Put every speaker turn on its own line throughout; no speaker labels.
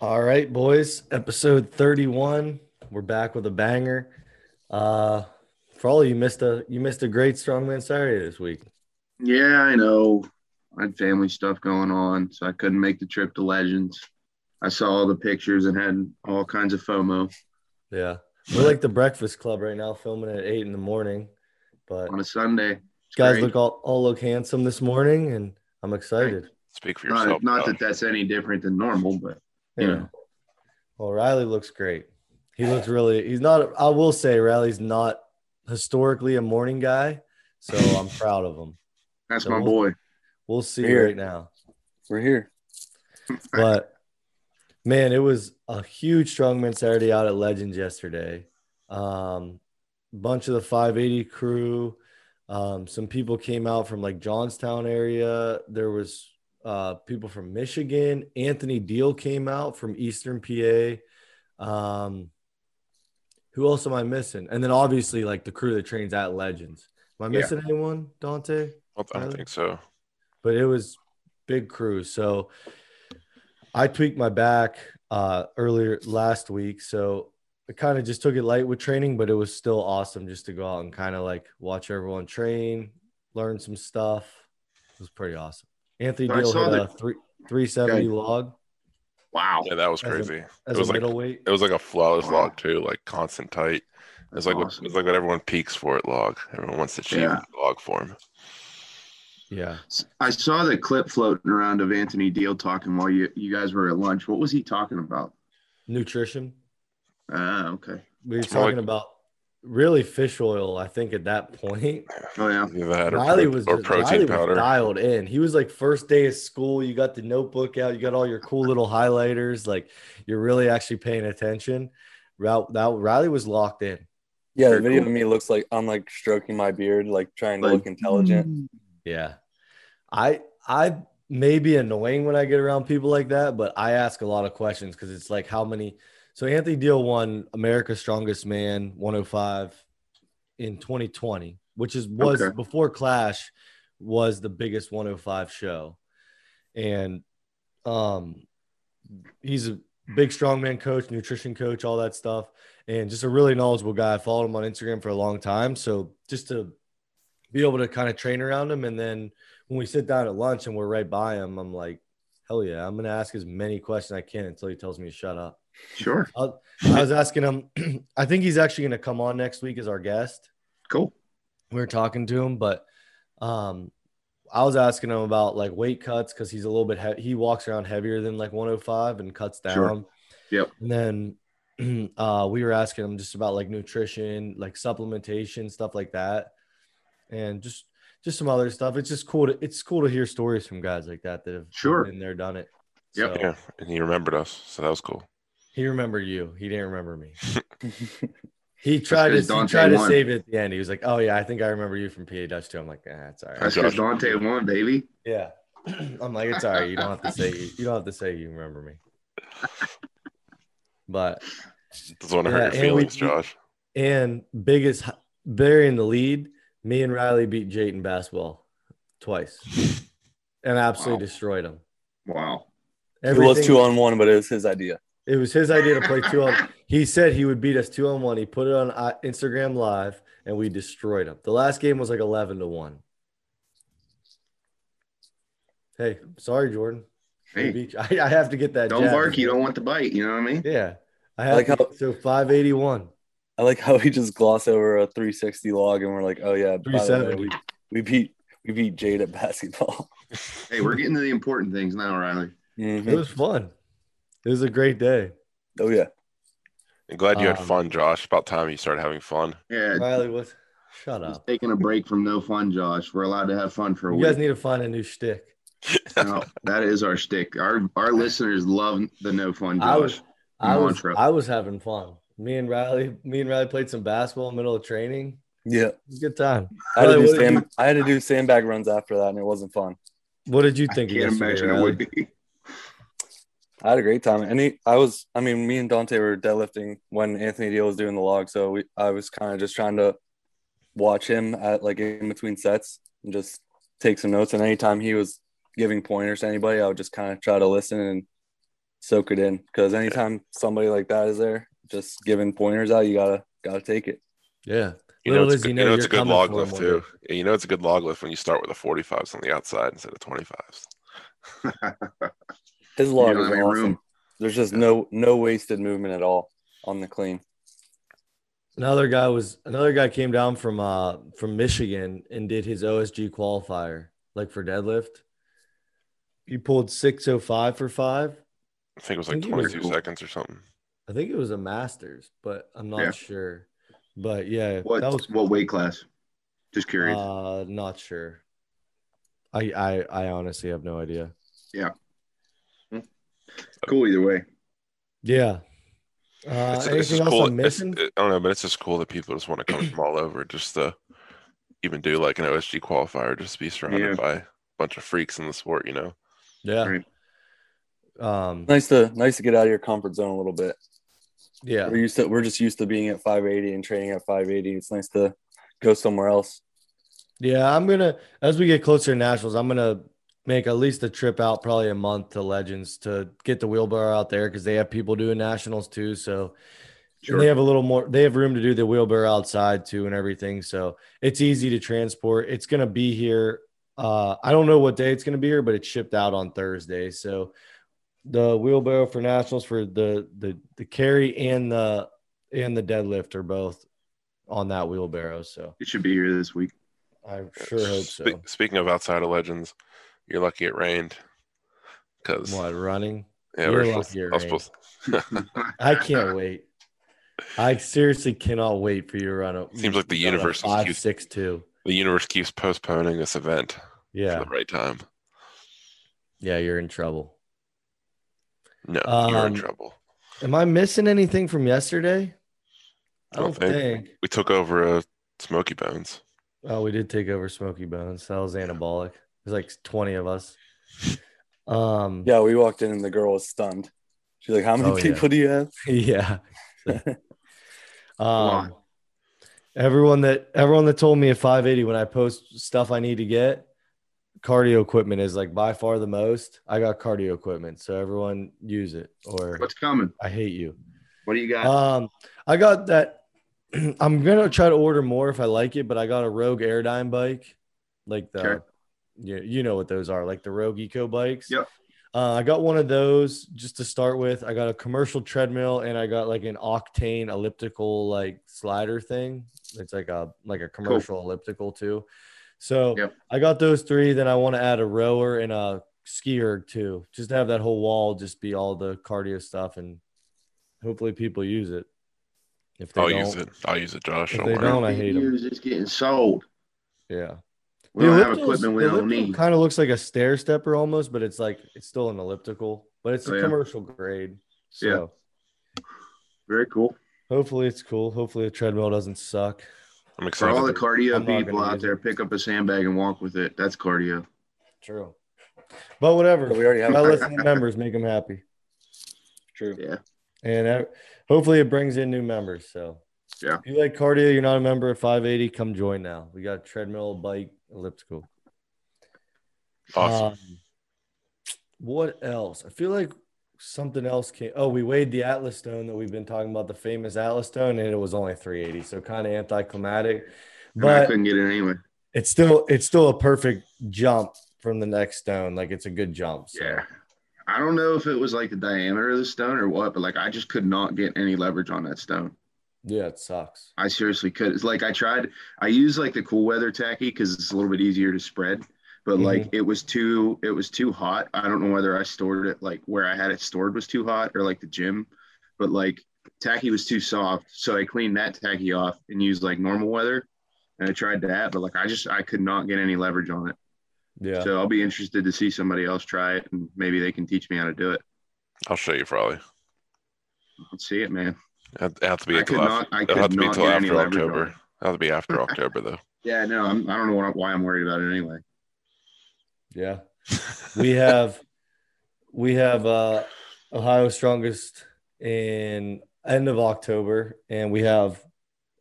All right, boys. Episode 31. We're back with a banger. Uh for all of you missed a you missed a great strongman Saturday this week.
Yeah, I know. I had family stuff going on, so I couldn't make the trip to Legends. I saw all the pictures and had all kinds of FOMO.
Yeah. We're like the Breakfast Club right now, filming at eight in the morning. But
On a Sunday, It's
guys
great.
look all, all look handsome this morning and I'm excited.
Speak for
not,
yourself.
not
Doug.
that that's any different than normal, but you
Yeah.
know,
Well, Riley looks great. He looks really he's not I will say Riley's not historically a morning guy, so I'm proud of him.
that's
So
my
we'll-
boy.
We'll see
Here.
right now.
We're here.
but man, it was a huge strongman Saturday out at Legends yesterday. Um, bunch of the 580 crew. Um, some people came out from like Johnstown area. There was uh, people from Michigan. Anthony Deal came out from Eastern PA. Um, who else am I missing? And then obviously like the crew that trains at Legends. Am I
Yeah.
missing anyone, Dante?
I don't think so.
but it was big crew. So I tweaked my back uh, earlier last week. So I kind of just took it light with training, but it was still awesome just to go out and kind of like watch everyone train, learn some stuff. It was pretty awesome. Anthony
I
Deal
saw
hit a
that-
three, 370 log
Wow.
Yeah, that was
As a-
crazy.
as
It was
a
like-
middleweight.
It was like a flawless
Wow.
log too, like constant tight. It's
That's
like what,
awesome.
it's like what everyone peaks for at log. Everyone wants to achieve
Yeah.
the log form.
yeah.
I saw the clip floating around of Anthony Deal talking while you, you guys were at lunch. What was he talking about?
Nutrition.
Ah, okay.
We were
It's more like-
talking about really fish oil, I think, at that point.
Oh yeah.
Either that or,
Riley
pro-
was
or
just-
protein
Riley was
powder.
dialed in. He was like first day of school. You got the notebook out. You got all your cool little highlighters. Like you're really actually paying attention. Rou- That Riley was locked in.
Yeah, the
Very
video
cool.
of me looks like I'm like stroking my beard, like trying to look intelligent.
Yeah, I I may be annoying when I get around people like that, but I ask a lot of questions because it's like how many. So Anthony Deal won America's Strongest Man 105 in 2020, which is was
Okay.
before Clash was the biggest 105 show, and um, he's a big strongman coach, nutrition coach, all that stuff, and just a really knowledgeable guy. I followed him on Instagram for a long time, so just to be able to kind of train around him, and then when we sit down at lunch and we're right by him, I'm like, hell yeah, I'm gonna ask as many questions I can until he tells me to shut up.
Sure.
I was asking him, I think he's actually gonna come on next week as our guest.
Cool.
We were talking to him, but um, I was asking him about like weight cuts because he's a little bit he-, he walks around heavier than like 105 and cuts down.
Sure. Yep.
And then uh, we were asking him just about like nutrition, like supplementation, stuff like that, and just just some other stuff. It's just cool to it's cool to hear stories from guys like that that have
Sure.
been there, done it.
Yep.
So
Yeah, and he remembered us, so that was cool.
he remembered you. He didn't remember me.
hmm.
He tried to
'cause
he
Dante
tried to
won.
save it at the end. He was like, "Oh yeah, I think I remember you from PA Dutch too." I'm like, "Nah, it's all right."
That's because
Josh.
Dante won, baby.
Yeah, I'm like, "It's all right. You don't have to say you, you don't have to say you remember me." But
Doesn't want to
Yeah,
hurt your
and we-
feelings, Josh.
and biggest burying the lead, me and Riley beat Jayton basketball twice, and absolutely
Wow.
destroyed him.
Wow.
it was
Everything-
two on one, but it was his idea.
It was his idea to play two on. He said he would beat us two on one. He put it on uh, Instagram Live, and we destroyed him. The last game was like eleven to one. Hey, sorry, Jordan.
Hey.
Beach. I, I have to get that.
Don't
jab.
bark. You don't want the bite. You know what I mean?
Yeah, I have
Like
to-
how-
so five eighty one,
I like how we just gloss over a 360 log and we're like, oh yeah, by the
three
way,
seventy.
we beat we beat Jade at basketball.
Hey, we're getting to the important things now, Riley.
Mhm.
It was fun. It was a great day.
Oh yeah,
I'm glad you had
Um,
fun, Josh. About time you started having fun.
Yeah.
Riley was. Shut
He's
up.
taking a break from no fun, Josh. We're allowed to have fun for a
uh, You
week.
guys need to find a new shtick.
no, that is our shtick. Our our listeners love the no fun,
I
Josh.
was- I was,
Mantra.
I was having fun. Me and Riley, me and Riley played some basketball in the middle of training.
yeah.
It was a good time.
I had to
Riley,
do
what did
sand, I had to do sandbag runs after that, and it wasn't fun.
What did you
I
think? of
can't
yesterday, uh,
imagine it
Riley?
would be.
I had a great time. And he, I was, I mean, me and Dante were deadlifting when Anthony Deal was doing the log. So we, I was kind of just trying to watch him at like in between sets and just take some notes. And anytime he was giving pointers to anybody, I would just kind of try to listen and soak it in because anytime somebody like that is there, just giving pointers out, you gotta gotta take it.
Yeah.
You know,
Little
it's
does
good,
he
you
know
know it's a
you're
good
coming
log
for him
lift
one
too.
day.
Yeah, You know it's a good log lift when you start with the 45s on the outside instead of 25s.
His log
don't
is
have any
awesome.
room.
There's just no no wasted movement at all on the clean.
Another guy was another guy came down from uh from Michigan and did his OSG qualifier, like for deadlift. He pulled 605 for five.
I think it was
I
like
think it was
22
cool.
seconds or something.
I think it was a masters, but I'm not
Yeah.
sure. But yeah,
What
that was
what weight class? Just curious.
uh not sure. I I I honestly have no idea.
cool either way.
Yeah. Uh,
it's, it's
anything
just
else
cool.
I'm
it's-
missing?
it- I don't know, but it's just cool that people just want to come from all over just to even do like an OSG qualifier, just be surrounded
Yeah.
by a bunch of freaks in the sport, you know?
yeah.
Right.
Um.
Nice to nice to get out of your comfort zone a little bit.
Yeah.
We're used to we're just used to being at 580 and training at 580. It's nice to go somewhere else.
Yeah, I'm gonna as we get closer to nationals, I'm gonna make at least a trip out, probably a month to Legends to get the wheelbarrow out there because they have people doing nationals too. So and they
Sure.
have a little more. They have room to do the wheelbarrow outside too and everything. So it's easy to transport. It's gonna be here. Uh, I don't know what day it's gonna be here, but it's shipped out on Thursday. So the wheelbarrow for nationals for the the the carry and the and the deadlift are both on that wheelbarrow. So
It should be here this week.
I sure hope so.
Spe- speaking of outside of legends, you're lucky it rained because
What running?
yeah,
You're lucky
we're supposed,
it
I was
rained.
supposed,
I can't wait. I seriously cannot wait for you to run up.
seems like the universe is
five
cute.
six two.
the universe keeps postponing this event
Yeah,
for the right time.
yeah, you're in trouble.
No, you're in
Um,
trouble.
Am I missing anything from yesterday?
I don't think. We took over uh, Smoky Bones.
Oh, we did take over Smoky Bones. That was anabolic. There's like twenty of us. Um.
Yeah, we walked in and the girl was stunned. She's like, "How many
Oh, yeah.
people do you have?"
Yeah.
on.
um, everyone that everyone that told me at 580 when I post stuff I need to get, cardio equipment is like by far the most. I got cardio equipment, so everyone use it or
What's coming?
I hate you.
What do you got?
Um, I got that. I'm gonna try to order more if I like it, but I got a Rogue Airdyne bike, like the,
Okay.
you, you know what those are, like the Rogue Eco bikes.
Yep.
Uh, I got one of those just to start with. I got a commercial treadmill and I got like an octane elliptical like slider thing. It's like a like a commercial elliptical too. So
Yep.
I got those three. Then I want to add a rower and a skier too, just to have that whole wall just be all the cardio stuff and hopefully people use it. If they
I'll
don't,
use it. I'll use it, Josh.
If
Don't
they
worry.
don't, I hate 'em.
Used, It's getting sold.
yeah.
We don't have equipment we don't need.
Kind of looks like a stair stepper almost, but it's like it's still an elliptical, but it's
Oh,
a
yeah.
commercial grade. So
Yeah. Very cool.
hopefully it's cool. Hopefully the treadmill doesn't suck.
I'm
For
excited.
all the
I'm
cardio
not gonna
people out
use
there,
it.
pick up a sandbag and walk with it. That's cardio.
True. But whatever.
But we already have
My listening members make them happy.
True.
Yeah.
And uh, hopefully it brings in new members. So
Yeah.
If you like cardio, you're not a member at 580, come join now. We got treadmill, bike, elliptical.
awesome.
Um, what else? I feel like something else came. Oh, we weighed the Atlas stone that we've been talking about, the famous Atlas stone, and it was only 380. So kind of anticlimactic.
And I
But
couldn't get it anyway.
it's still it's still a perfect jump from the next stone. Like it's a good jump. So
Yeah. I don't know if it was like the diameter of the stone or what, but like I just could not get any leverage on that stone.
yeah, it sucks.
I seriously could. It's like I tried, I use like the cool weather tacky because it's a little bit easier to spread, but
Mm-hmm.
like it was too, it was too hot. I don't know whether I stored it like where I had it stored was too hot or like the gym, but like tacky was too soft. So I cleaned that tacky off and used like normal weather. And I tried that, but like I just, I could not get any leverage on it.
Yeah.
So I'll be interested to see somebody else try it and maybe they can teach me how to do it.
I'll show you probably.
Let's see it, man.
It'll have to be
I
until
could
after,
not- I
it'll
could
have to be
not
until
get any
after
leverage on
October.
it.
It'll have to be after October though.
Yeah, no, I'm, I don't know what, why I'm worried about it anyway.
Yeah. we have we have uh Ohio strongest in end of October and we have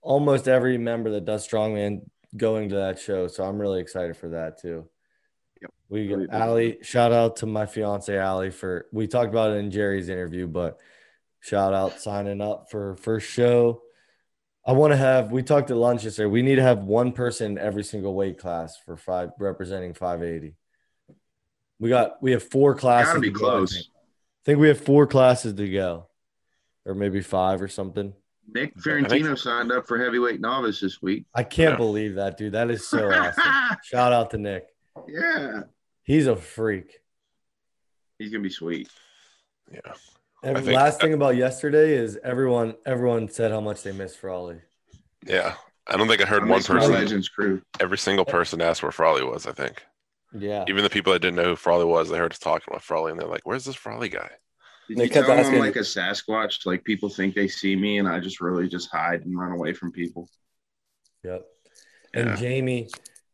almost every member that does strongman going to that show so I'm really excited for that too. We
Really big.
Allie, shout out to my fiance Allie for we talked about it in Jerry's interview, but shout out signing up for first show. I want to have we talked at lunch yesterday. We need to have one person in every single weight class for five representing 580. We got we have four classes.
Gotta be
to go, I
close.
think. I think we have four classes to go, or maybe five or something.
Nick
I think-
Ferentino signed up for heavyweight novice this week.
I can't
Yeah.
believe that, dude. That is so awesome. Shout out to Nick.
yeah,
He's a freak.
he's gonna be sweet.
Yeah.
And
I think-
last thing about yesterday is everyone everyone said how much they missed Frawley.
Yeah. I don't think I heard
I
one
miss my
person.
Legends crew.
Every single person asked where Frawley was, I think.
Yeah.
Even the people that didn't know who Frawley was, they heard us talking about Frawley and they're like, where's this Frawley guy?
Did
They
you
kept
tell
asking-
I'm like a Sasquatch? Like people think they see me, and I just really just hide and run away from people.
Yep. And
Yeah.
Jamie,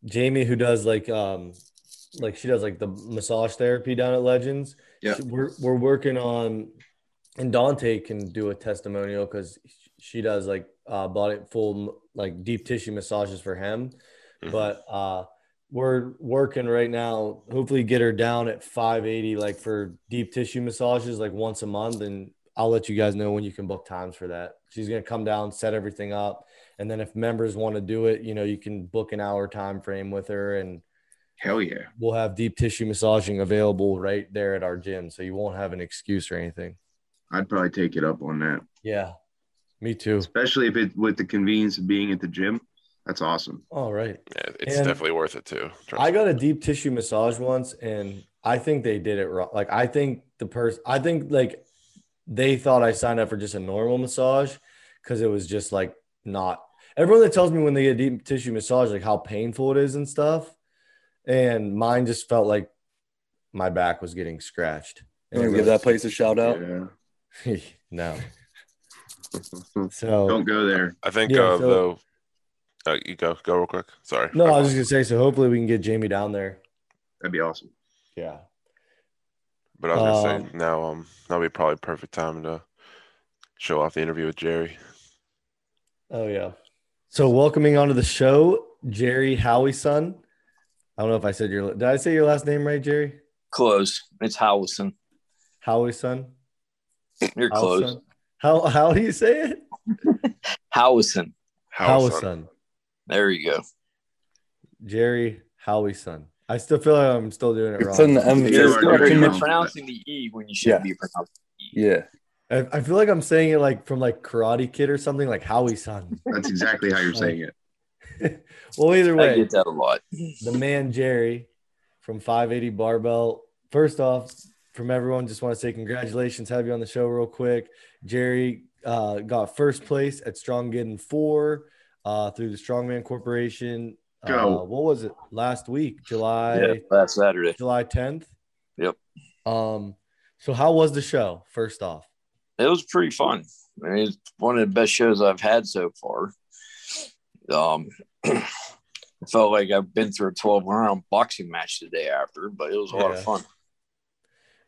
Jamie who does like um like she does like the massage therapy down at Legends.
Yeah.
She- We're we're working on and Dante can do a testimonial because she does like uh body full like deep tissue massages for him.
Mm-hmm.
Mhm.
But uh we're working right now, hopefully get her down at 580 like for deep tissue massages like once a month and I'll let you guys know when you can book times for that. She's gonna come down, set everything up, and then if members want to do it, you know, you can book an hour time frame with her, and
Hell yeah!
we'll have deep tissue massaging available right there at our gym, so you won't have an excuse or anything.
I'd probably take it up on that,
Yeah, me too.
especially if it with the convenience of being at the gym. That's awesome.
All right,
Yeah, it's
And-
definitely worth it too. Trust
I
me.
got a deep tissue massage once, and I think they did it wrong. Like I think the person, I think like they thought I signed up for just a normal massage because it was just like not. Everyone that tells me when they get deep tissue massage, like how painful it is and stuff, and mine just felt like my back was getting scratched.
You
And it
want to give that place a shout out?
Yeah.
really- no. So
Don't go there.
I think
Yeah,
uh,
so-
though. Uh, you go go real quick. Sorry. Uh,
no, I was just gonna say. So hopefully we can get Jamie down there.
That'd be awesome.
Yeah.
But I was gonna
Um,
say now um that'll be probably perfect time to show off the interview with Jerry.
Oh yeah. So welcoming onto the show, Jerry Howie's son. I don't know if I said your did I say your last name right, Jerry?
Close. It's Howison.
Howie's son.
You're
Howie's
close.
son? How how do you say it?
Howison.
Howie's
Howison.
son.
There you go.
Jerry Howie's son. I still feel like I'm still doing it
It's
wrong.
an M-
You
it's
are
not
doing
too
it
You're
much-
pronouncing the E when you shouldn't be pronouncing the E.
Yeah.
I, I feel like I'm saying it like from like Karate Kid or something, like Howie's son.
That's exactly how you're saying it.
well, either
I
way,
get that a lot.
the man Jerry from 580 Barbell. First off, from everyone, just want to say congratulations, have you on the show real quick. Jerry uh, got first place at Strong Getting 4 uh, through the Strongman Corporation.
Go.
Uh, what was it last week? July
Yeah, last Saturday.
July 10th.
Yep.
Um, so how was the show? First off,
It was pretty fun. I mean, it's one of the best shows I've had so far. Um, I felt like I've been through a 12 round boxing match the day after, but it was a lot
Yeah.
of fun.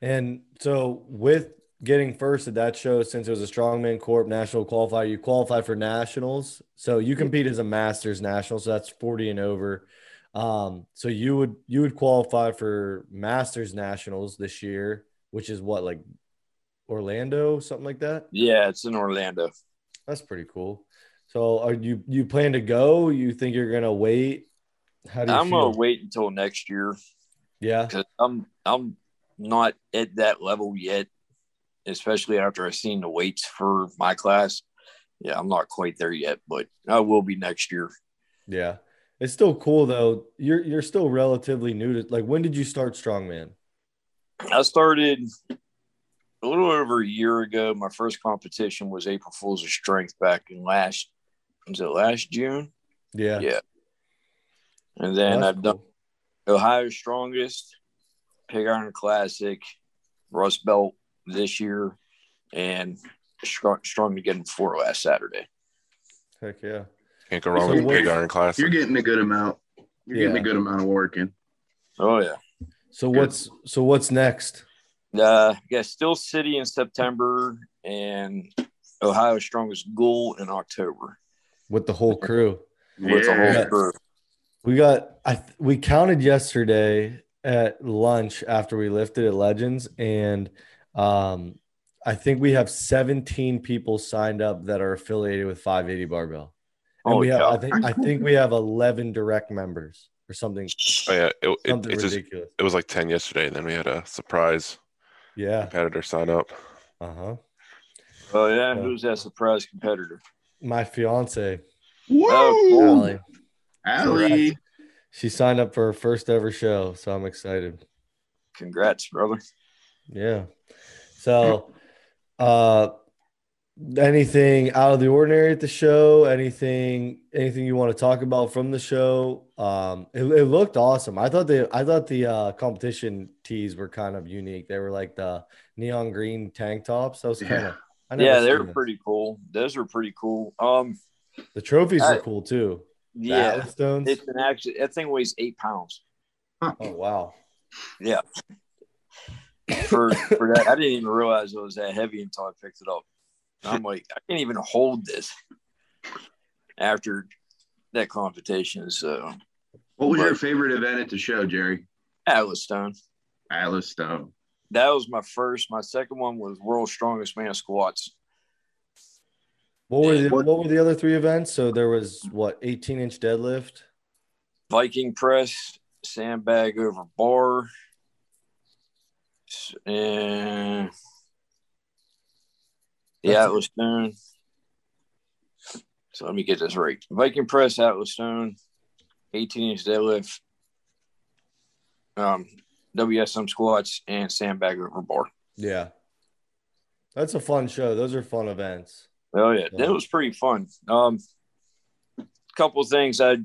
and so with getting first at that show, since it was a Strongman Corp national qualifier, you qualify for nationals. So you compete as a Masters national, so that's forty and over. Um, so you would you would qualify for Masters nationals this year, which is what like Orlando, something like that.
Yeah, it's in Orlando.
That's pretty cool. So are you you plan to go? You think you're gonna wait? How do you
I'm
feel?
going to wait until next year
Yeah.
because I'm, I'm not at that level yet, especially after I've seen the weights for my class. Yeah, I'm not quite there yet, but I will be next year.
Yeah. It's still cool though. You're you're still relatively new to like when did you start strongman?
I started a little over a year ago. My first competition was April Fool's of Strength back in last was it last June?
Yeah.
Yeah. And then
That's
I've done
cool.
Ohio's Strongest, Pig Iron Classic, Rust Belt this year, and Strong, strong Again Four last Saturday.
Heck yeah.
Can't go wrong
So
with
what-
Big Iron Classic.
You're getting a good amount. You're getting
Yeah.
a good amount of work in.
Oh yeah,
So
Good.
what's so what's next?
uh, yeah, still City in September and Ohio's Strongest Ghoul in October
With the whole crew.
with the
Yeah.
whole crew.
We got I th- we counted yesterday at lunch after we lifted at Legends, and um, I think we have 17 people signed up that are affiliated with 580 Barbell. And
Oh,
we have,
yeah.
I think, I think we have 11 direct members or something,
Oh yeah, it, it,
something
it just
ridiculous.
it was like ten yesterday, and then we had a surprise
yeah.
competitor sign up.
Uh huh.
Oh yeah, who's that surprise competitor?
My fiance,
Whoa,
Allie,
Allie.
she signed up for her first ever show, so I'm excited.
Congrats, brother.
Yeah. So, uh, anything out of the ordinary at the show? Anything? Anything you want to talk about from the show? Um, it, it looked awesome. I thought the I thought the uh, competition tees were kind of unique. They were like the neon green tank tops. That was kind of
Yeah.
I never
Yeah, they're
seen them.
pretty cool. Those are pretty cool. Um,
The trophies are
I-
cool too. The
yeah,
Atlas stones.
it's an actually that thing weighs eight pounds
Oh wow.
for for that. I didn't even realize it was that heavy until I picked it up. And I'm like, I can't even hold this after that uh, competition. So
What was your favorite event at the show, Jerry?
Atlas Stone.
Atlas Stone.
That was my first. My second one was World's Strongest Man squats.
What were the,
What-
what were the other three events? So there was what 18 inch deadlift.
Viking press, sandbag over bar, s- and the
That's-
Atlas Stone. So let me get this right. Viking press, Atlas Stone, 18 inch deadlift, um, WSM squats, and sandbag over bar.
Yeah. That's a fun show. Those are fun events.
Oh yeah,
Yeah.
that was pretty fun. Um, couple things I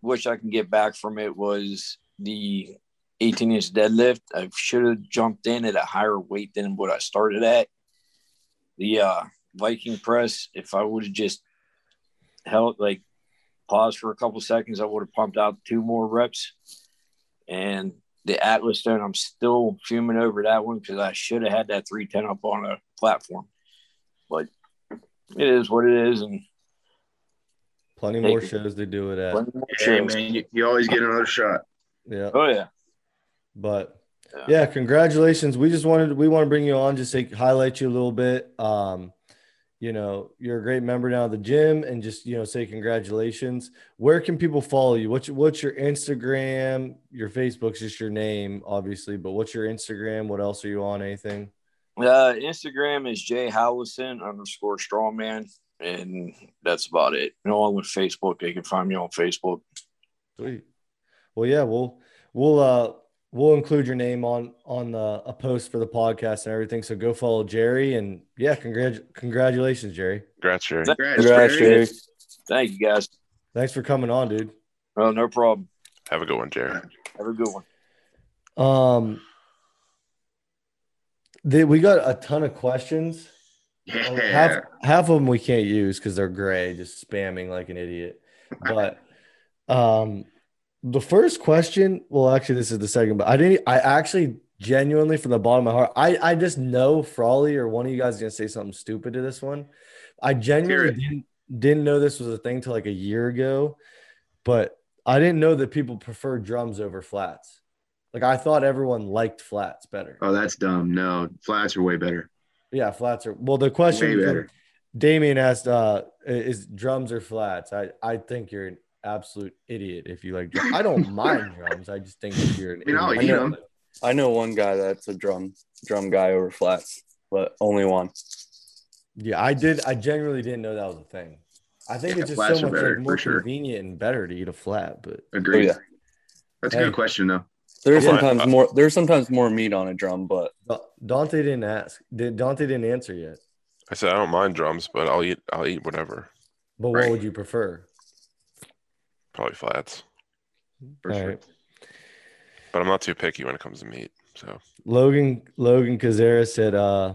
wish I can get back from it was the 18 inch deadlift. I should have jumped in at a higher weight than what I started at. The uh, Viking press, if I would have just held like paused for a couple seconds, I would have pumped out two more reps. And the Atlas stone, I'm still fuming over that one because I should have had that 310 up on a platform it is what it is, and
Plenty
Thank
more
you.
shows to do it at.
plenty more
Hey
shows.
man, you, you always get another shot.
Yeah.
Oh yeah,
But
Yeah.
yeah, congratulations. We just wanted we want to bring you on just to highlight you a little bit. Um, you know, you're a great member now of the gym and just, you know, say congratulations. Where can people follow you? What's your, what's your Instagram? Your Facebook's just your name, obviously, but what's your Instagram? What else are you on? Anything?
uh, Instagram is Jay Howison underscore Strawman, and that's about it. And along with Facebook, you can find me on Facebook.
Sweet. Well, yeah, we'll we'll uh we'll include your name on on the a post for the podcast and everything. So go follow Jerry and yeah, congrat congratulations, Jerry.
Congrats, Jerry.
Congrats,
Congrats,
Jerry.
Jerry.
Thank you guys.
Thanks for coming on, dude.
Oh, no problem.
Have a good one, Jerry.
Have a good one.
Um, the, we got a ton of questions. Well,
Yeah.
Half, half of them we can't use because they're gray, just spamming like an idiot. But um, the first question, well, actually, this is the second, but I didn't, I actually genuinely from the bottom of my heart, I, I just know Frawley or one of you guys is going to say something stupid to this one. I genuinely
it.
didn't, didn't know this was a thing till like a year ago, but I didn't know that people prefer drums over flats. Like I thought everyone liked flats better.
Oh, that's dumb. No, flats are way better.
Yeah, flats are well. The
Way
question from-
better.
Damien asked, uh, "Is drums or flats?" I, I think you're an absolute idiot if you like. Drums. I don't mind drums. I just think that you're an
I mean, I'll
idiot.
eat
know.
'em.
I know one guy that's a drum drum guy over flats, but only one.
Yeah, I did. I genuinely didn't know that was a thing. I think
Yeah,
it's just
flats
so
are
much
better,
like, more
for sure.
convenient and better to eat a flat. But
Agreed.
Oh, yeah.
That's a
Hey.
good question though.
There's
Yeah.
sometimes more there's sometimes more meat on a drum, but
Da- Dante didn't ask. Did Dante didn't answer yet?
I said I don't mind drums, but I'll eat I'll eat whatever.
But
Right.
what would you prefer?
Probably flats,
For
All
sure.
right.
but I'm not too picky when it comes to meat. So
Logan Logan Kazera said, uh,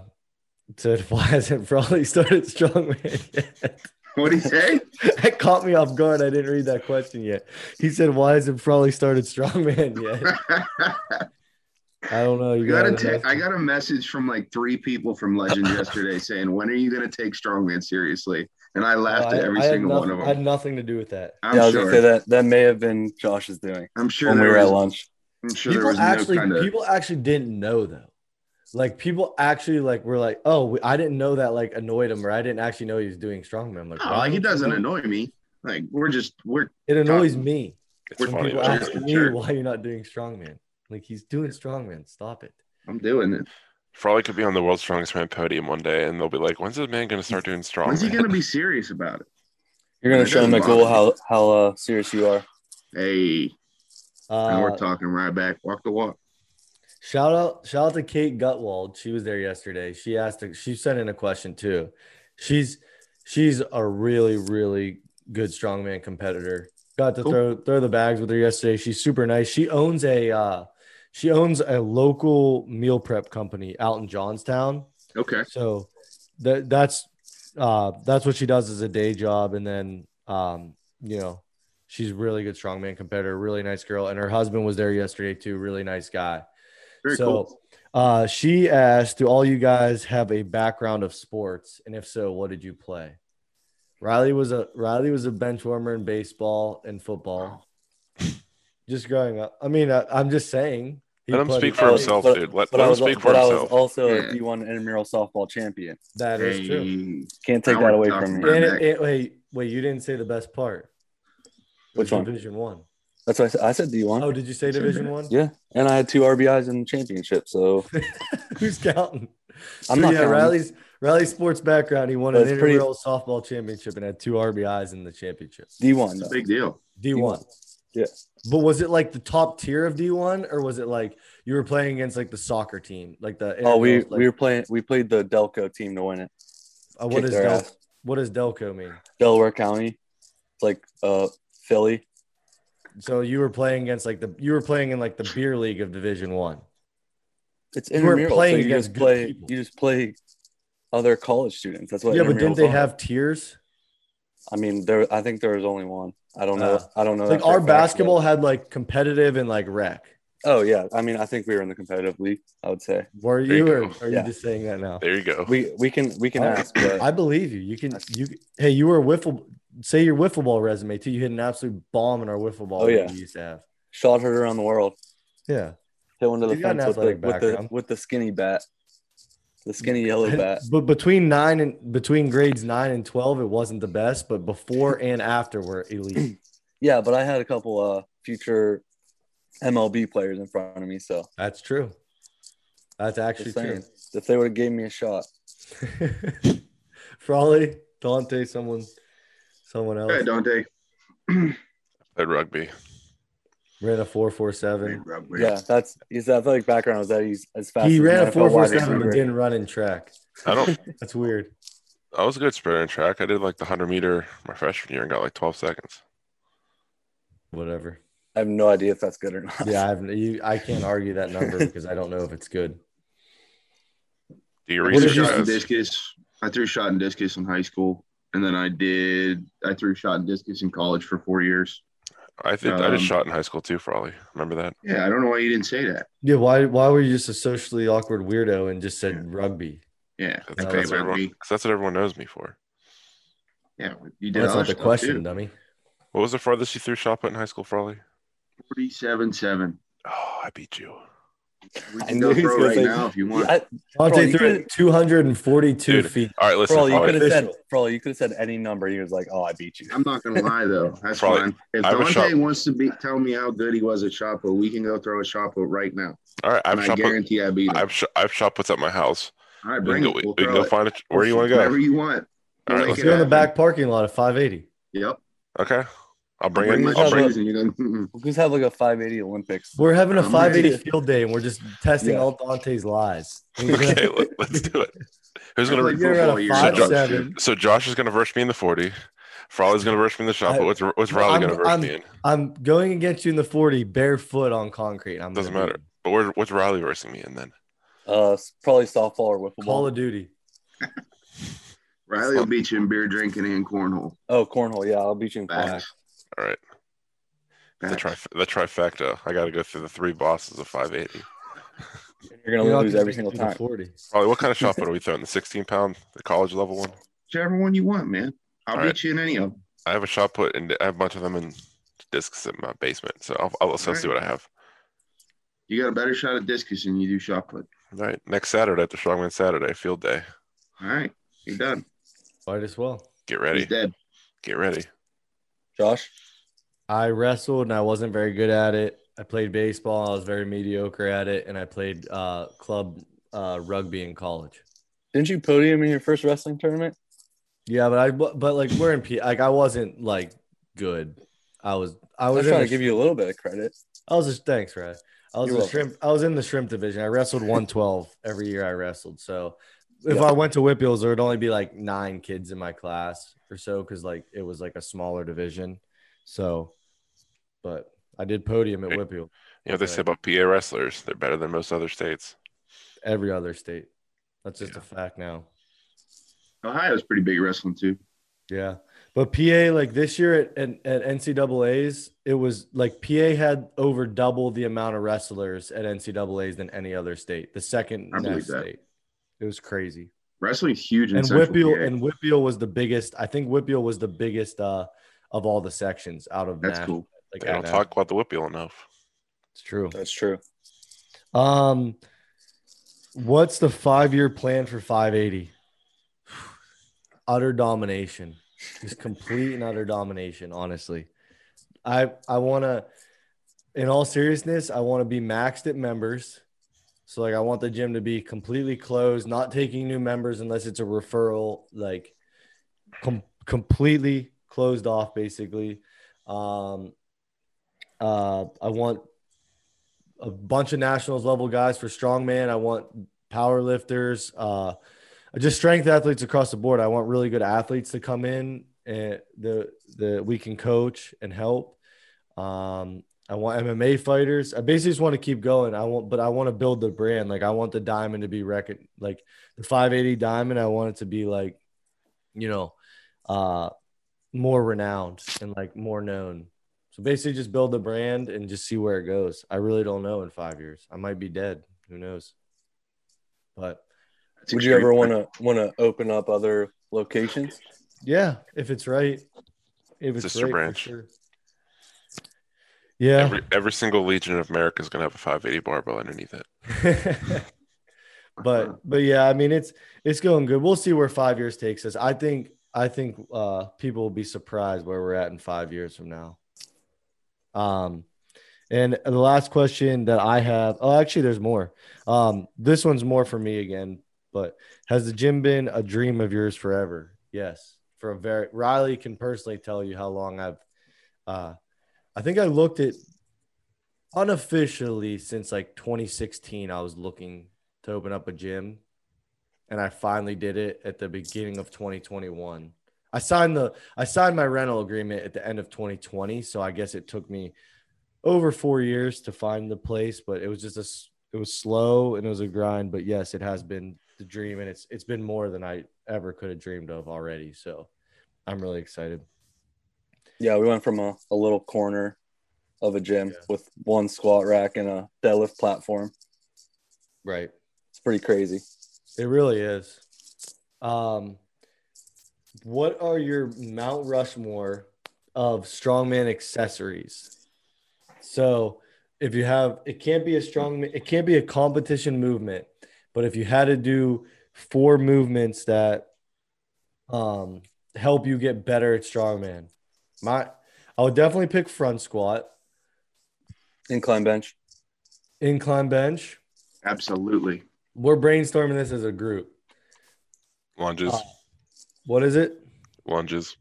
said why hasn't Frawley started strongman yet?
What'd he say?
that caught me off guard. I didn't read that question yet. He said, "Why hasn't Frawley started strongman yet?" I don't know.
I
You
got a
gotta
te-
ask
I
him.
got a message from like three people from Legend yesterday saying, "When are you going to take Strongman seriously?" And I
No,
laughed
I-
at every
I had
single one
nothing-
of
I had
them.
nothing to do with that.
yeah, I
I'm
was gonna say
sure.
that that may have been Josh's doing
I'm sure
when we
there
were at
was,
lunch.
I'm sure there
people
was
actually
no kind of
people actually didn't know though like people actually like were like oh we- i didn't know that like annoyed him or i didn't actually know he was doing strongman I'm like,
No,
"Why
Oh, like he
don't you
doesn't
know?"
annoy me. Like we're just we're
it annoys me
It's
when
funny.
people
though.
Sure,
ask me
sure.
why you're not doing strongman like he's doing strongman stop it
I'm doing it.
Frolic could be on the world's strongest man podium one day, and they'll be like, "When's this man going to start doing strong?"
When's he gonna be serious about it?
You're gonna
That
show
doesn't
McCool
bother
how how uh, serious you are.
Hey, now
uh,
we're talking right back. Walk the walk.
shout out shout out to kate gutwald she was there yesterday she asked she sent in a question too she's she's a really really good strongman competitor got to
Cool.
throw throw the bags with her yesterday she's super nice she owns a uh she owns a local meal prep company out in johnstown
Okay.
so that that's uh that's what she does as a day job and then um you know she's a really good strongman competitor really nice girl and her husband was there yesterday too really nice guy
Very
so
cool.
uh she asked do all you guys have a background of sports and if so what did you play riley was a riley was a bench warmer in baseball and football just growing up i mean I, i'm just saying He
Let him
played-
speak for
Oh,
himself,
but-
dude. Let, let
But I
him
was
speak for
but I was
himself.
also a
Yeah.
D1 intramural softball champion.
that is true
Hey,
Can't take
Now
that
we're
away
talking
from me.
about-
And
back.
it, it- wait, wait, you didn't say the best part. It was
Which one?
Division one.
That's what I said. I said D1.
Oh, did you say
Sure.
Division one?
yeah, and I had two RBIs in the championship. So
Who's counting?
I'm
So,
not
yeah,
counting.
Riley's Riley sports background. He won
But
an
it's pretty-
intramural softball championship and had two RBIs in the championship.
D1.
it's a
though.
big deal.
D one.
Yeah.
But was it like the top tier of D one, or was it like you were playing against like the soccer team, like the
Oh, we
like,
we were playing. We played the Delco team to win it.
uh, what
kicked
is
their
Del,
ass.
what does Delco mean?
Delaware County, it's like uh Philly.
So you were playing against like the you were playing in like the beer league of Division one.
It's
You weren't
intramural.
playing
so you
against
just
good
play.
people.
You just play other college students. That's what.
Yeah, but
intramurals
didn't they
are.
have tiers?
I mean, there. I think there was only one. I don't know.
Uh,
I don't know.
like
that for a
our
fact, but-
basketball had like competitive and like rec.
Oh yeah. I mean, I think we were in the competitive league. I would say
Were
There
you,
you
or
go.
are
Yeah.
you just saying that now?
There you go.
we we can we can
Oh.
ask. uh, But
I believe you. You can you hey, you were a wiffle say your wiffle ball resume too. You hit an absolute bomb in our wiffle ball
Oh,
league
yeah.
we used to have.
shot heard around the world.
Yeah.
Hit one to the
You got an
fence with the,
athletic
with the
background.
with the skinny bat, the skinny yellow bat.
But between nine and between grades nine and twelve, it wasn't the best, but before and after were elite.
Yeah, but I had a couple uh future MLB players in front of me, so
That's true. That's actually
just saying if they would have gave me a shot,
true. Frawley, Dante, someone someone else
Hey, Dante.
Played rugby.
ran a four four
Hey,
seven.
Rob,
yeah, that's his athletic background is that he's as fast.
He
as
ran
an
a
NFL
four four
wide
seven, but
receiver.
didn't run in track.
I don't.
That's weird.
I was a good sprinter in track. I did like the hundred meter my freshman year and got like twelve seconds.
Whatever.
I have no idea if that's good or not.
Yeah, I've, you, I can't argue that number because I don't know if it's good.
Do your
I threw
did
research,
you-
shot and
guys.
discus. I threw shot and discus in high school, and then I did. I threw shot and discus in college for four years.
I think I
Um,
did shot in high school too, Frolly. Remember that?
Yeah, I don't know why you didn't say that.
Yeah, why why were you just a socially awkward weirdo and just said
Yeah.
rugby?
Yeah,
No,
I
That's,
played
that's,
that's-
everyone,
rugby.
'cause that's what everyone knows me for.
Yeah, you did
That's
other
not the
stuff,
question,
too.
dummy.
What was the farthest you threw shot put in high school, Frolly?
Forty-seven-seven.
Oh, I beat you.
We
I
can
knew
go
he was
throw
gonna
right
say-
now if you want.
I, Bro,
Dante
you
threw it 242
Dude,
feet.
All right, listen.
bro, you
Frolly,
could have said,
official.
bro, you could have said any number. He was like, oh, I beat you.
I'm not gonna lie though. That's
Probably-
fine. If
I have a
Dante
shot-
wants to be tell me how good he was at shot put, we can go throw a shot put right now.
all right,
And
I've
I
shot put.
guarantee I beat him.
I've, sh- I've shot puts at my house.
All right,
We can
bring
go,
it.
we
We'll
can go
throw it.
find it. Where do you want to
Wherever
go?
you want.
All right,
Make
let's
it
You're in the
happen.
back parking lot at 580.
Yep.
Okay. I'll bring,
Bring
it.
my
I'll bring,
shoes and you're gonna.
We could have like a 580 Olympics.
We're having a
I'm
580 field day and we're just testing
Yeah.
all Dante's lies.
okay, let, us do it. Who's gonna?
I
Re-
played
You're at a
football years
five,
ago,
seven.
dude.
so Josh is gonna verse me in the forty. Frawley's gonna verse me in the shot,
I-
but what's what's Riley
I'm-
gonna verse
I'm-
me in?
I'm going against you in the 40 barefoot on concrete. I'm
Doesn't
gonna
matter.
beat
But where, what's Riley versing me in then?
Uh, probably softball or wiffle
you.
ball.
Call of Duty.
Riley will beat you in beer drinking and cornhole.
oh, cornhole. Yeah, I'll beat you in cornhole.
Facts.
All right, the
Facts.
trif- the trifecta. I got to go through the three bosses of five eighty.
You're gonna
You're not
lose
gonna
every
get
single
through the
time.
40.
Probably. What kind of shot put are we throwing? The sixteen pound, the college level one.
Whichever one you want, man. I'll
All
beat
right.
you in any of them.
I have a shot put, and I have a bunch of them in discs in my basement. So I'll, I'll let's
All
see what I have.
You got a better shot at discus than you do shot put.
All right, next Saturday after Strongman Saturday, field day.
All right, you're done.
Might as well.
Get
He's
ready.
dead.
Get ready.
Josh,
I wrestled and I wasn't very good at it. I played baseball. I was very mediocre at it, and I played uh, club uh, rugby in college.
didn't you podium in your first wrestling tournament?
Yeah, but I but like we're in P. Like I wasn't like good. I was I
I
was
was
in
trying
the-
to give you a little bit of credit.
I was just thanks, Ray. I was
You're
in the
welcome.
shrimp. I was in the shrimp division. I wrestled 112 every year. I wrestled. So if
Yeah.
I went to Whitbills, there would only be like nine kids in my class or so because like it was like a smaller division. So, but I did podium at
Right.
Whitfield
You know what they say about PA wrestlers? They're better than most other states.
every other state. That's just
Yeah.
a fact now.
Ohio's pretty big wrestling too.
Yeah. But PA, like this year at, at, at NCAA's, it was like PA had over double the amount of wrestlers at NCAA's than any other state, the second
I believe
next
that.
state. It was crazy.
Wrestling's huge in
and
Central
Whippeal
PA.
and Whippeal was the biggest. I think Whippeal was the biggest uh, of all the sections out of
That's
Nash-
cool.
Like,
They don't
out-
talk about the Whippeal enough.
It's true.
That's true.
Um, what's the five-year plan for 580? Utter domination, just complete and utter domination. Honestly, I I want to. In all seriousness, I want to be maxed at members. So like, I want the gym to be completely closed, not taking new members unless it's a referral. Like, com- completely closed off, basically. Um, uh, I want a bunch of nationals level guys for strongman. I want power lifters, uh, just strength athletes across the board. I want really good athletes to come in and the the we can coach and help. Um, I want MMA fighters. I basically just want to keep going. I want, but I want to build the brand. Like I want the diamond to be record, like the 580 diamond. I want it to be like, you know, uh, more renowned and like more known. So basically, just build the brand and just see where it goes. I really don't know in five years. I might be dead. Who knows? But
That's
Would you
extreme.
ever want to want to open up other locations?
yeah, if it's right, if it's
Sister
right, for
branch.
sure. Yeah.
Every every single legion of America is gonna have a 580 barbell underneath it.
Uh-huh.
but but yeah, I mean it's it's going good. We'll see where five years takes us. I think I think uh, people will be surprised where we're at in five years from now. Um, and the last question that I have, oh, actually, there's more. Um, this one's more for me again. But has the gym been a dream of yours forever? Yes, for a very. Riley can personally tell you how long I've. Uh, I think I looked at unofficially since like 2016 i was looking to open up a gym and i finally did it at the beginning of 2021 i signed the i signed my rental agreement at the end of 2020 so i guess it took me over four years to find the place but it was just a s- it was slow and it was a grind but yes it has been the dream and it's it's been more than i ever could have dreamed of already so i'm really excited
Yeah, we went from a, a little corner of a gym
Yeah.
with one squat rack and a deadlift platform.
right
It's pretty crazy.
It really is. Um, what are your Mount Rushmore of strongman accessories? So, if you have, it can't be a strong, it can't be a competition movement, but if you had to do four movements that um, help you get better at strongman, my, I would definitely pick front squat,
Incline bench.
incline bench.
Absolutely.
We're brainstorming this as a group.
Lunges,
Uh, What is it?
lunges.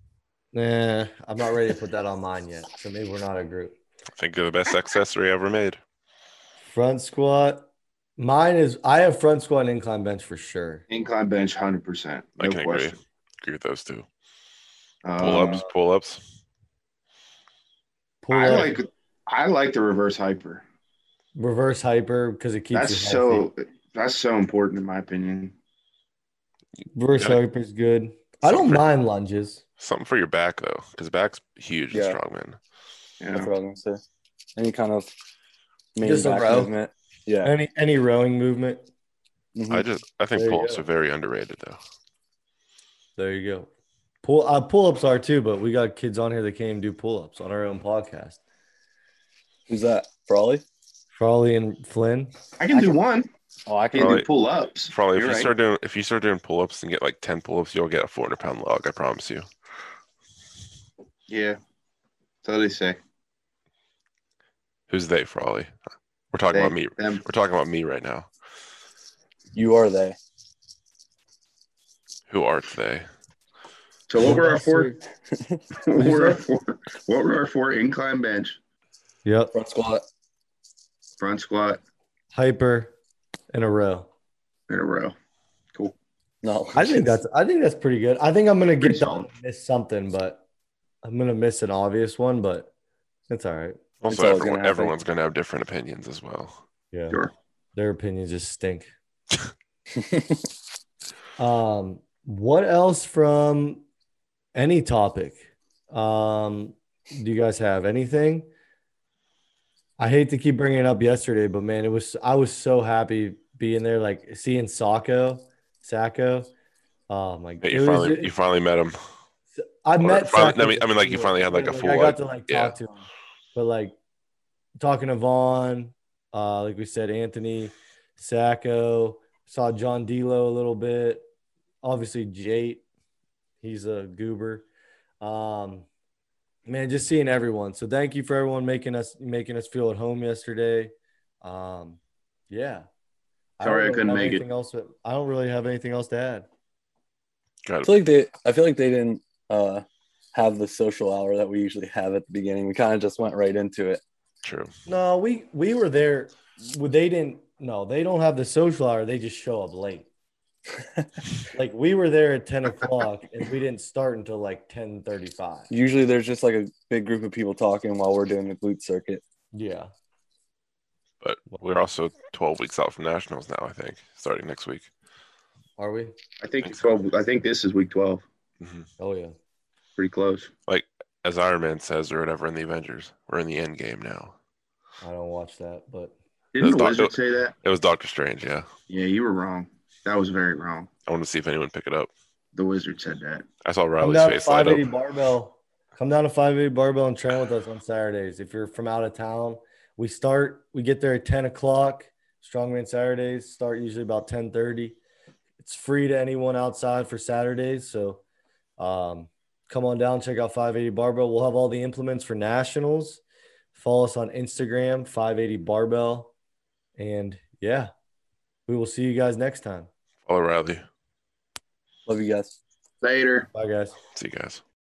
Nah, I'm not ready to put that on mine yet. So maybe we're not a group.
I think they're the best accessory ever made.
Front squat. Mine is I have front squat and incline bench for sure.
Incline bench, hundred percent.
I
No
can agree.
question.
Agree with those two. Pull
Uh,
ups, pull ups.
Pull
I
up,
like. I like the reverse hyper.
reverse hyper because it keeps
That's
you healthy.
so. That's so important in my opinion.
reverse
gotta-
hyper is good. I don't
Something-
mind lunges.
Something for your back though, because back's huge in
Yeah.
strongman.
That's
Yeah.
what I was gonna say. Any kind of main
Just a
back
row.
movement. Yeah.
Any any rowing movement.
Mhm.
I just I think
There you
pull ups
go.
are very underrated though.
There you go. Pull uh, pull ups are too, but we got kids on here that can't even do pull ups on our own podcast.
Who's that? Frawley?
Crawley and Flynn.
I can do one.
Oh, I
I can do
can.
Probably-
pull ups.
Probably if you start doing if you start doing pull ups and get like ten pull ups, you'll get a four hundred pound log. I promise you.
Yeah. That's what they say.
Who's they, Frawley? We're talking
They,
about me.
them.
We're talking about me right now.
You are they.
Who are they?
So what were our four?
Three.
What were our four? What were our four incline bench,
Yep.
Front squat.
front squat
Hyper in a row.
in a row? Cool.
No,
I think that's I think that's pretty good. I think I'm gonna
Pretty
get down and miss something, but I'm gonna miss an obvious one, but it's all right.
Also,
always
everyone,
gonna happen.
everyone's going to have different opinions as well.
Yeah.
Sure.
Their opinions just stink. Um, what else from any topic? Um, do you guys have anything? I hate to keep bringing it up yesterday, but man, it was I was so happy being there, like seeing Sacco, Sacco. Oh my
That
god!
you finally you finally met him.
I
Or
met.
finally-
Saka
I mean- I mean, like, you
before.
finally had, like, a full,
I
like-
got to like talk to him, but like talking to Vaughn, uh, like we said, Anthony, Sacco, saw John D'Lo a little bit. Obviously, Jate, he's a goober. Um, man, just seeing everyone. So thank you for everyone making us making us feel at home yesterday. Um, yeah. don't
Sorry I couldn't
have
make it.
anything Else, I don't really have anything else to add.
Got
I
it.
feel like they. I feel like they didn't uh, have the social hour that we usually have at the beginning. We kind of just went right into it.
True.
No, we we were there. Well, They didn't. No, they don't have the social hour. They just show up late. like we were there at ten o'clock, and we didn't start until like ten thirty-five.
Usually, there's just like a big group of people talking while we're doing the glute circuit.
Yeah,
But we're also 12 weeks out from nationals now, I think, starting next week.
are we?
I think twelve. I think this is week twelve.
Mhm.
Oh yeah.
Pretty close.
As Iron Man says, or whatever in the Avengers, we're in the end game now.
I don't watch that, but
Didn't the
Those
wizard
doctor-
say that?
It was Doctor Strange. Yeah.
Yeah, you were wrong. That was very wrong.
I want to see if anyone pick it up.
The wizard said that.
I saw
come
Riley's
down to
face light
five
up.
eighty barbell. Come down to five eighty barbell and train with us on Saturdays. If you're from out of town, we start. We get there at ten o'clock. Strongman Saturdays start usually about ten thirty. It's free to anyone outside for Saturdays, so um, come on down. Check out five eighty barbell. We'll have all the implements for nationals. Follow us on Instagram five eighty barbell, and yeah, we will see you guys next time.
Follow Riley.
Love you guys.
Later.
Bye guys.
See you guys.